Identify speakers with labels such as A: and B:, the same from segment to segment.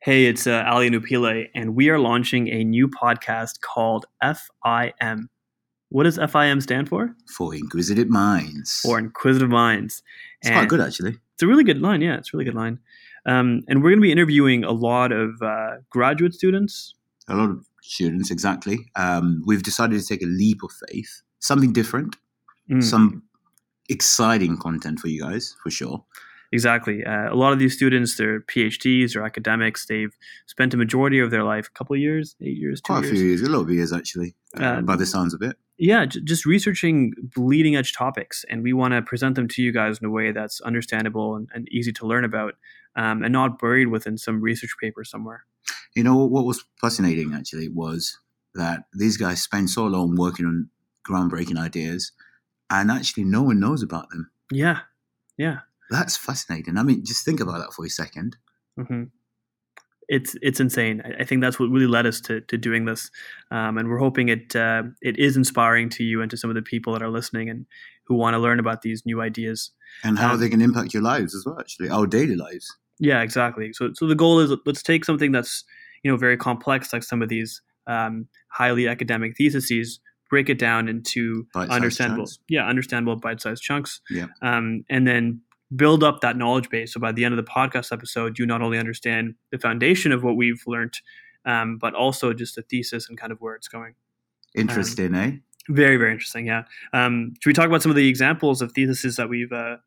A: Hey, it's uh, Ali Nupile, and we are launching a new podcast called FIM. What does FIM stand for?
B: For inquisitive minds.
A: Or Inquisitive Minds.
B: it's quite good actually.
A: It's a really good line. Yeah, it's a really good line. Um, and we're going to be interviewing a lot of uh, graduate students.
B: A lot of students, exactly. Um, we've decided to take a leap of faith, something different,
A: Mm,
B: some exciting content for you guys, for sure.
A: Exactly. Uh, a lot of these students, they're PhDs or academics. They've spent a majority of their life, a couple of years, eight years, two
B: Quite a
A: years.
B: few years, a lot of years actually, uh,
A: Uh,
B: by the sounds of it.
A: yeah, j- just researching bleeding edge topics, and we want to present them to you guys in a way that's understandable and, and easy to learn about, um, and not buried within some research paper somewhere.
B: You know what was fascinating actually was that these guys spend so long working on groundbreaking ideas, and actually no one knows about them.
A: Yeah, yeah,
B: That's fascinating. I mean, just think about that for a second.
A: hmm it's it's insane. I, I think that's what really led us to to doing this, um, and we're hoping it uh, it is inspiring to you and to some of the people that are listening and who want to learn about these new ideas.
B: And how
A: Um,
B: they can impact your lives as well, actually, our daily lives.
A: Yeah, exactly. So, so the goal is let's take something that's you know very complex, like some of these um, highly academic theses, break it down into
B: Bite-sized
A: understandable,
B: chunks.
A: yeah, understandable bite-sized chunks,
B: Yeah.
A: um, and then build up that knowledge base. So by the end of the podcast episode, you not only understand the foundation of what we've learned, um, but also just the thesis and kind of where it's going.
B: Interesting, eh?
A: Very, very interesting. Yeah. Um, should we talk about some of the examples of theses that we've uh,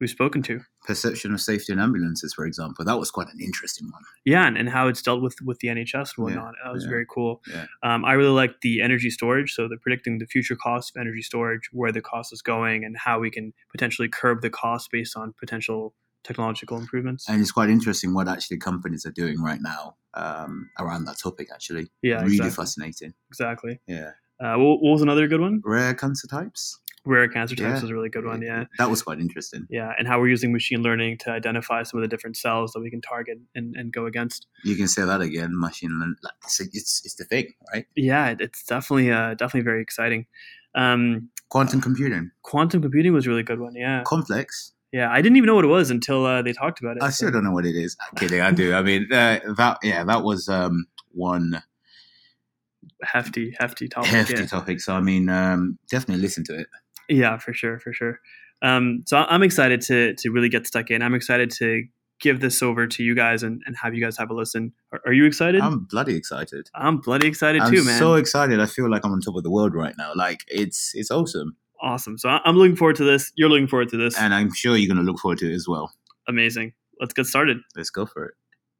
A: we've spoken to?
B: perception of safety in ambulances, for example. That was quite an interesting one.
A: yeah and, and how it's dealt with with the nhs and whatnot that was
B: yeah,
A: very cool
B: yeah.
A: um, i really like the energy storage so they're predicting the future cost of energy storage where the cost is going and how we can potentially curb the cost based on potential technological improvements
B: And it's quite interesting what actually companies are doing right now um, around that topic, actually.
A: yeah
B: really
A: exactly,
B: fascinating.
A: exactly.
B: Yeah.
A: Uh, what, what was another good one
B: Rare cancer types?
A: rare cancer types
B: Yeah.
A: is a really good one yeah
B: That was quite interesting.
A: yeah and how we're using machine learning to identify some of the different cells that we can target and, and go against
B: You can say that again, machine learning. Like, it's, it's, it's the thing, right?
A: yeah it- it's definitely uh, definitely very exciting um,
B: Quantum computing.
A: quantum computing was a really good one yeah
B: Complex.
A: Yeah, I didn't even know what it was until uh, they talked about it.
B: I
A: so-
B: still don't know what it is. I'm kidding. I do. I mean, uh, that, yeah, that was um, one
A: hefty, hefty topic.
B: hefty
A: Oh, yeah.
B: topic. So, I mean, um, definitely listen to it.
A: yeah, for sure, for sure. Um, so I- I'm excited to to really get stuck in. I'm excited to give this over to you guys and, and have you guys have a listen. Are, are you excited?
B: I'm bloody excited.
A: I'm bloody excited
B: I'm
A: too, man.
B: so excited. I feel like I'm on top of the world right now. Like it's it's awesome,
A: awesome. So I- I'm looking forward to this. You're looking forward to this.
B: and I'm sure you're going to look forward to it as well.
A: Amazing. Let's get started.
B: Let's go for it.